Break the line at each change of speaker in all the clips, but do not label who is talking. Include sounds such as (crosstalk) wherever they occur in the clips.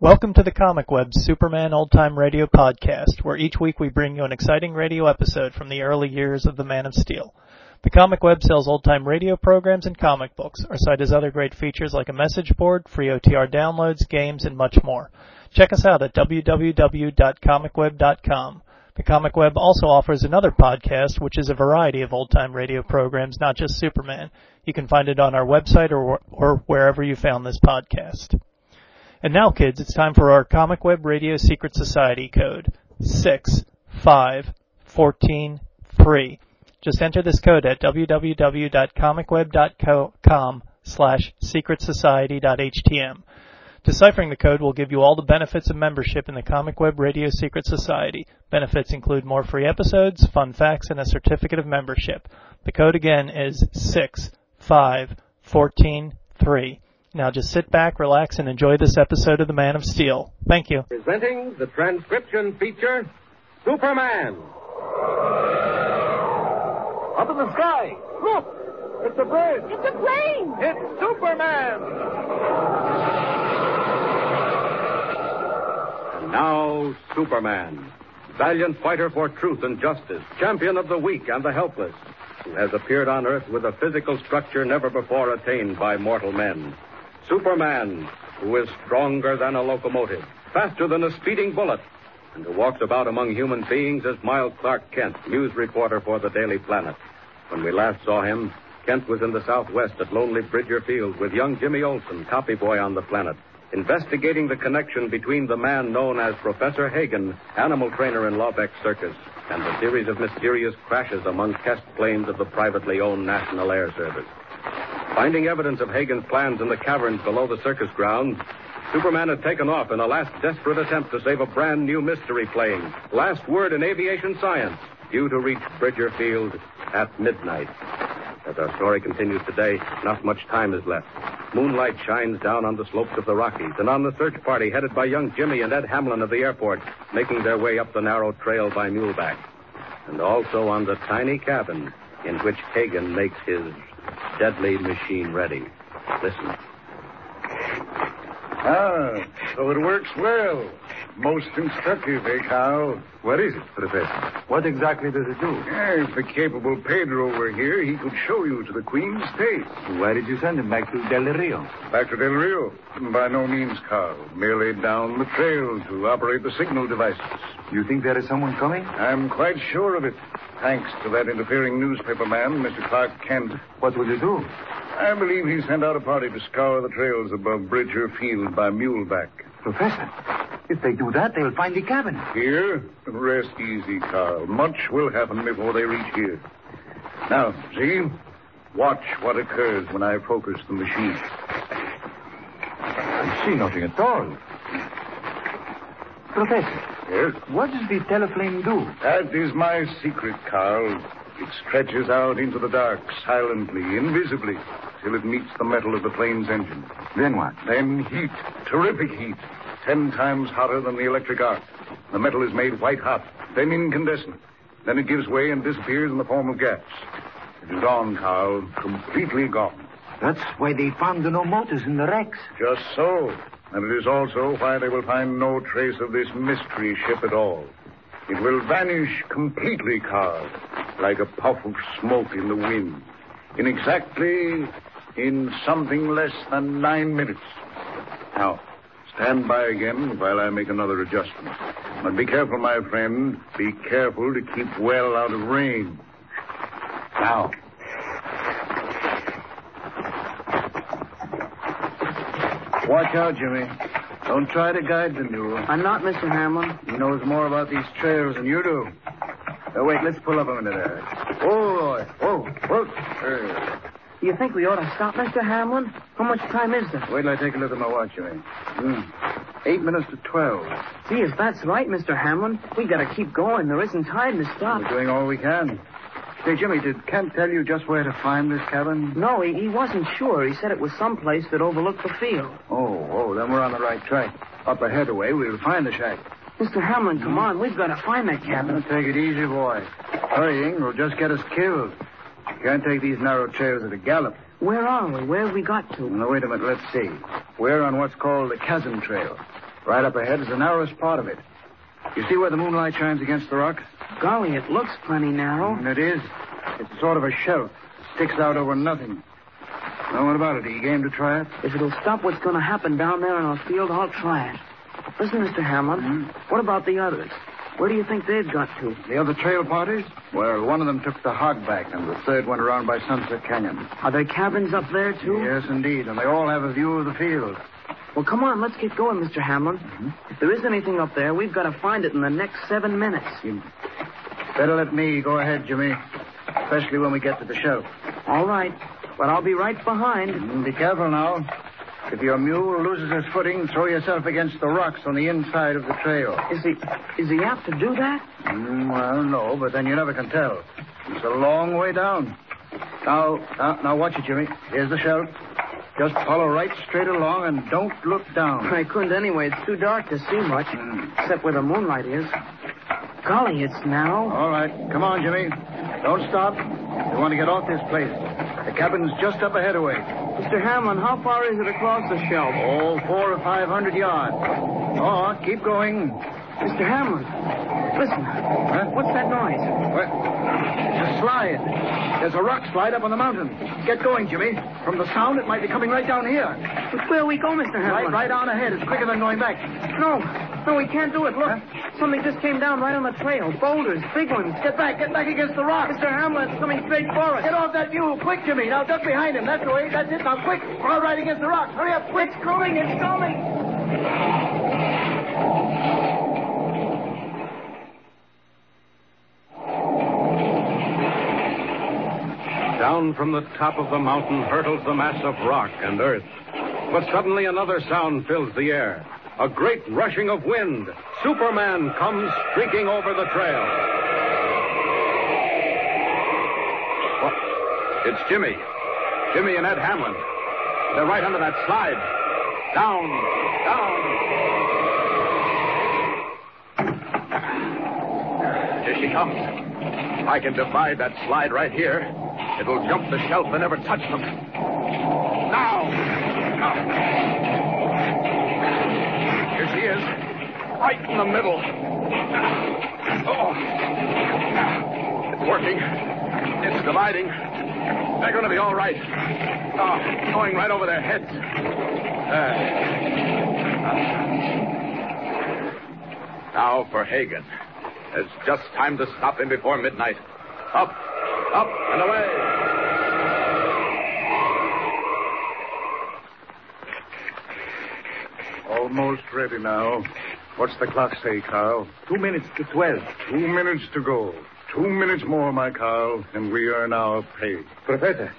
Welcome to the Comic Web Superman Old Time Radio Podcast, where each week we bring you an exciting radio episode from the early years of the Man of Steel. The Comic Web sells old time radio programs and comic books. Our site has other great features like a message board, free OTR downloads, games, and much more. Check us out at www.comicweb.com. The Comic Web also offers another podcast, which is a variety of old time radio programs, not just Superman. You can find it on our website or, or wherever you found this podcast. And now, kids, it's time for our Comic Web Radio Secret Society code six five fourteen three. Just enter this code at www.comicweb.com slash secretsociety.htm. Deciphering the code will give you all the benefits of membership in the Comic Web Radio Secret Society. Benefits include more free episodes, fun facts, and a certificate of membership. The code again is 65143. Now just sit back, relax, and enjoy this episode of The Man of Steel. Thank you.
Presenting the transcription feature Superman. Up in the sky. Look! It's a bird.
It's a plane!
It's Superman! And now, Superman. Valiant fighter for truth and justice, champion of the weak and the helpless, who has appeared on Earth with a physical structure never before attained by mortal men. Superman, who is stronger than a locomotive, faster than a speeding bullet, and who walks about among human beings as Miles Clark Kent, news reporter for the Daily Planet. When we last saw him, Kent was in the southwest at lonely Bridger Field with young Jimmy Olsen, copy boy on the planet, investigating the connection between the man known as Professor Hagen, animal trainer in Lawbeck Circus, and the series of mysterious crashes among test planes of the privately owned National Air Service. Finding evidence of Hagen's plans in the caverns below the circus grounds, Superman had taken off in a last desperate attempt to save a brand new mystery plane, last word in aviation science, due to reach Bridger Field at midnight. As our story continues today, not much time is left. Moonlight shines down on the slopes of the Rockies and on the search party headed by young Jimmy and Ed Hamlin of the airport, making their way up the narrow trail by muleback. And also on the tiny cabin in which Hagen makes his deadly machine ready. Listen.
Ah, so it works well. Most instructive, eh, Carl?
What is it, Professor? What exactly does it do?
Yeah, if the capable Pedro were here, he could show you to the Queen's taste.
Why did you send him back to Del Rio?
Back to Del Rio? By no means, Carl. Merely down the trail to operate the signal devices.
You think there is someone coming?
I'm quite sure of it. Thanks to that interfering newspaper man, Mr. Clark Kent.
What will you do?
I believe he sent out a party to scour the trails above Bridger Field by muleback.
Professor, if they do that, they'll find the cabin.
Here? Rest easy, Carl. Much will happen before they reach here. Now, see? Watch what occurs when I focus the machine.
I see nothing at all. Professor,
Yes?
what does the teleflame do?
That is my secret, Carl. It stretches out into the dark, silently, invisibly, till it meets the metal of the plane's engine.
Then what?
Then heat, terrific heat, ten times hotter than the electric arc. The metal is made white hot, then incandescent. Then it gives way and disappears in the form of gas. It is gone, Carl, completely gone.
That's why they found no motors in the wrecks.
Just so. And it is also why they will find no trace of this mystery ship at all. It will vanish completely, Carl, like a puff of smoke in the wind. In exactly, in something less than nine minutes. Now, stand by again while I make another adjustment. But be careful, my friend. Be careful to keep well out of range. Now. Watch out, Jimmy. Don't try to guide the mule.
I'm not, Mr. Hamlin.
He knows more about these trails than you do. Uh, wait, let's pull up a minute there. Oh, oh, oh. Uh,
You think we ought to stop, Mr. Hamlin? How much time is there?
wait till I take a look at my watch, Jimmy. Hmm. Eight minutes to twelve.
Gee, if that's right, Mr. Hamlin, we gotta keep going. There isn't time to
We're
stop.
doing all we can. Say, Jimmy, did Kent tell you just where to find this cabin?
No, he, he wasn't sure. He said it was someplace that overlooked the field.
Oh, oh, then we're on the right track. Up ahead away, we'll find the shack.
Mr. Hamlin, come on. We've gotta find that
Now,
cabin.
Take it easy, boy. Hurrying will just get us killed. You can't take these narrow trails at a gallop.
Where are we? Where have we got to?
Now, wait a minute. Let's see. We're on what's called the Chasm Trail.
Right up ahead is the narrowest part of it. You see where the moonlight shines against the rock?
Golly, it looks plenty narrow.
And it is. It's sort of a shelf. Sticks out over nothing. Now, what about it? Are you game to try it?
If it'll stop what's going to happen down there in our field, I'll try it. Listen, Mr. Hamlin, what about the others? Where do you think they've got to?
The other trail parties? Well, one of them took the hogback, and the third went around by Sunset Canyon.
Are there cabins up there, too?
Yes, indeed, and they all have a view of the field.
Well, come on, let's get going, Mr. Hamlin. If there is anything up there, we've got to find it in the next seven minutes.
Better let me go ahead, Jimmy. Especially when we get to the shelf.
All right, but I'll be right behind.
Mm, Be careful now. If your mule loses his footing, throw yourself against the rocks on the inside of the trail.
Is he is he apt to do that?
Mm, well, no, but then you never can tell. It's a long way down. Now, now, now watch it, Jimmy. Here's the shelf. Just follow right straight along and don't look (laughs) down.
I couldn't anyway. It's too dark to see much, except where the moonlight is. Golly, it's narrow.
All right, come on, Jimmy. Don't stop. You want to get off this place. The cabin's just up ahead away.
Mr. Hamlin, how far is it across the shelf?
Oh, four or five hundred yards. Oh, keep going.
Mr. Hamlin, listen. What's that noise?
What? It's a slide. There's a rock slide up on the mountain. Get going, Jimmy. From the sound, it might be coming right down here.
But where we go, Mr.
Right,
Hamlin?
right on ahead. It's quicker than going back.
No, no, we can't do it. Look, something just came down right on the trail. Boulders, big ones. Get back, get back against the rock. Mr. Hamlin, it's coming straight for us. Get off that mule, quick, Jimmy. Now duck behind him. That's the way. That's it. Now quick, or right against the rock. Hurry up, quick. It's coming, it's coming.
Down from the top of the mountain hurtles the mass of rock and earth. But suddenly another sound fills the air. A great rushing of wind. Superman comes streaking over the trail. What? It's Jimmy. Jimmy and Ed Hamlin. They're right under that slide. Down, down. Here she comes. I can divide that slide right here. It'll jump the shelf and never touch them. Now! Now. Here she is. Right in the middle. Oh. It's working. It's dividing. They're going to be all right. Oh, going right over their heads. There. Now for Hagen. There's just time to stop him before midnight. Up, up, and away.
Almost ready now. What's the clock say, Carl?
Two minutes to twelve.
Two minutes to go. Two minutes more, my Carl, and we earn our pay.
Professor,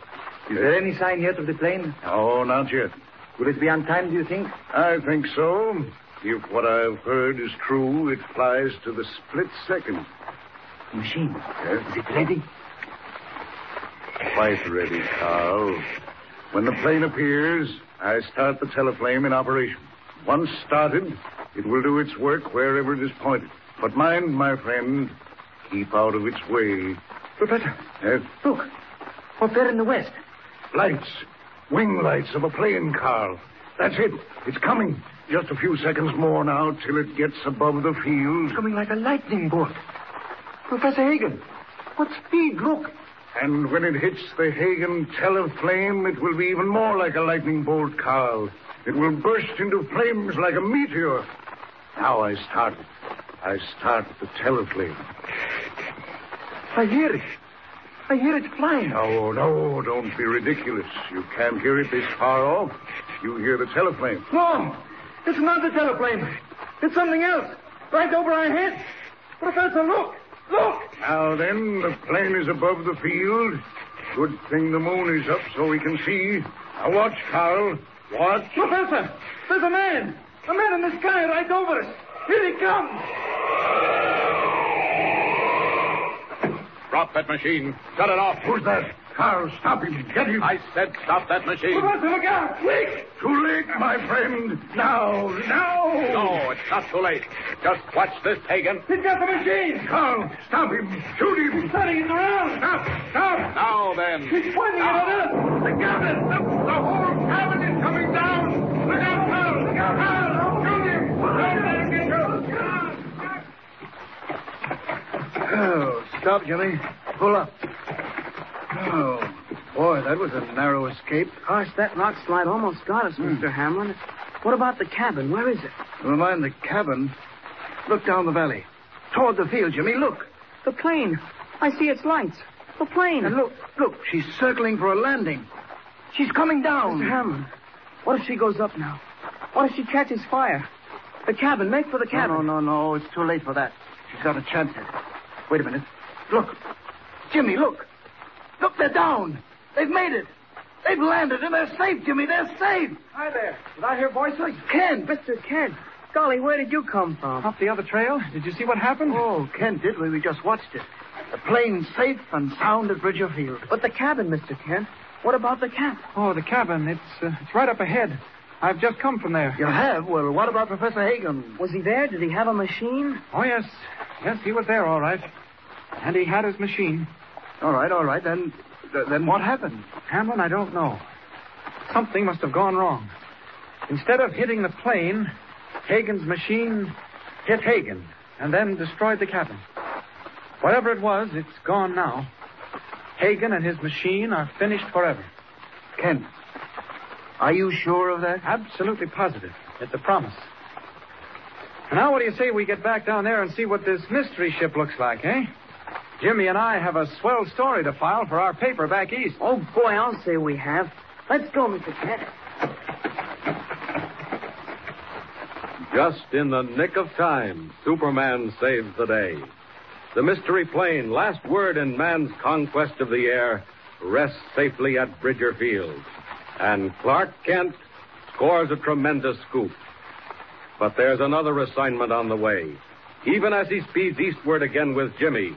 is there any sign yet of the plane?
Oh, not yet.
Will it be on time, do you think?
I think so. If what I've heard is true, it flies to the split second.
Machine. Is it ready?
Quite ready, Carl. When the plane appears, I start the teleflame in operation. Once started, it will do its work wherever it is pointed. But mind, my friend, keep out of its way.
Professor,
Yes?
look. Up there in the west.
Lights. Wing lights of a plane, Carl. That's it. It's coming. Just a few seconds more now till it gets above the field.
Coming like a lightning bolt. Professor Hagen, what speed? Look.
And when it hits the Hagen teleflame, it will be even more like a lightning bolt, Carl. It will burst into flames like a meteor. Now I start it. I start the teleflame.
I hear it. I hear it flying.
No, no, don't be ridiculous. You can't hear it this far off. You hear the teleflame.
No, it's not the teleplane. It's something else. Right over our heads. Professor, look. Look.
Now then, the plane is above the field. Good thing the moon is up so we can see. Now watch, Carl. Watch.
Professor, there's a man. A man in the sky right over us. Here he comes.
Drop that machine. Shut it off.
Who's that? Carl, stop him. Get him.
I said stop that machine.
look out. Quick.
Too late, my friend. Now, now.
No, it's not too late. Just watch this, Hagen.
He's got the machine.
Carl, stop him. Shoot him.
Turning it around.
Stop, stop.
Now then.
He's pointing it at us.
The cabin. The, the whole cabin is coming down. Look out, Carl. Look out, Carl. Shoot him.
Oh, Stop, Jimmy. Pull up. Oh, boy, that was a narrow escape.
Gosh, that rock slide almost got us, Mr. Hamlin. What about the cabin? Where is it?
Never mind the cabin. Look down the valley. Toward the field, Jimmy. Look.
The plane. I see its lights. The plane.
And look, look. She's circling for a landing. She's coming down.
Mr. Hamlin, what if she goes up now? What if she catches fire? The cabin. Make for the
No,
cabin.
No, no, no. It's too late for that. She's got a chance here. Wait a minute. Look. Jimmy, look. Look, they're down. They've made it. They've landed and they're safe, Jimmy. They're safe.
Hi there. Did I hear voices?
Ken,
Mr. Kent. Golly, where did you come from?
Up the other trail? Did you see what happened?
Oh, Ken, did we? We just watched it. The plane safe and sound at Bridger Field.
But the cabin, Mr. Kent. What about the cabin?
Oh, the cabin. It's uh, it's right up ahead. I've just come from there.
You have? Well, what about Professor Hagen?
Was he there? Did he have a machine?
Oh yes, yes, he was there all right, and he had his machine.
All right, all right. Then, th- then what happened?
Hamlin, I don't know. Something must have gone wrong. Instead of hitting the plane, Hagen's machine hit Hagen and then destroyed the cabin. Whatever it was, it's gone now. Hagen and his machine are finished forever.
Ken, are you sure of that?
Absolutely positive. It's a promise. And now, what do you say we get back down there and see what this mystery ship looks like, eh? Jimmy and I have a swell story to file for our paper back east.
Oh, boy, I'll say we have. Let's go, Mr. Kent.
Just in the nick of time, Superman saves the day. The mystery plane, last word in man's conquest of the air, rests safely at Bridger Field. And Clark Kent scores a tremendous scoop. But there's another assignment on the way. Even as he speeds eastward again with Jimmy,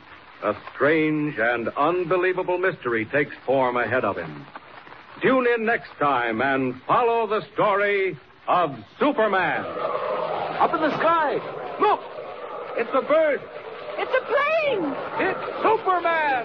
a strange and unbelievable mystery takes form ahead of him. Tune in next time and follow the story of Superman. Up in the sky, look! It's a bird!
It's a plane!
It's Superman!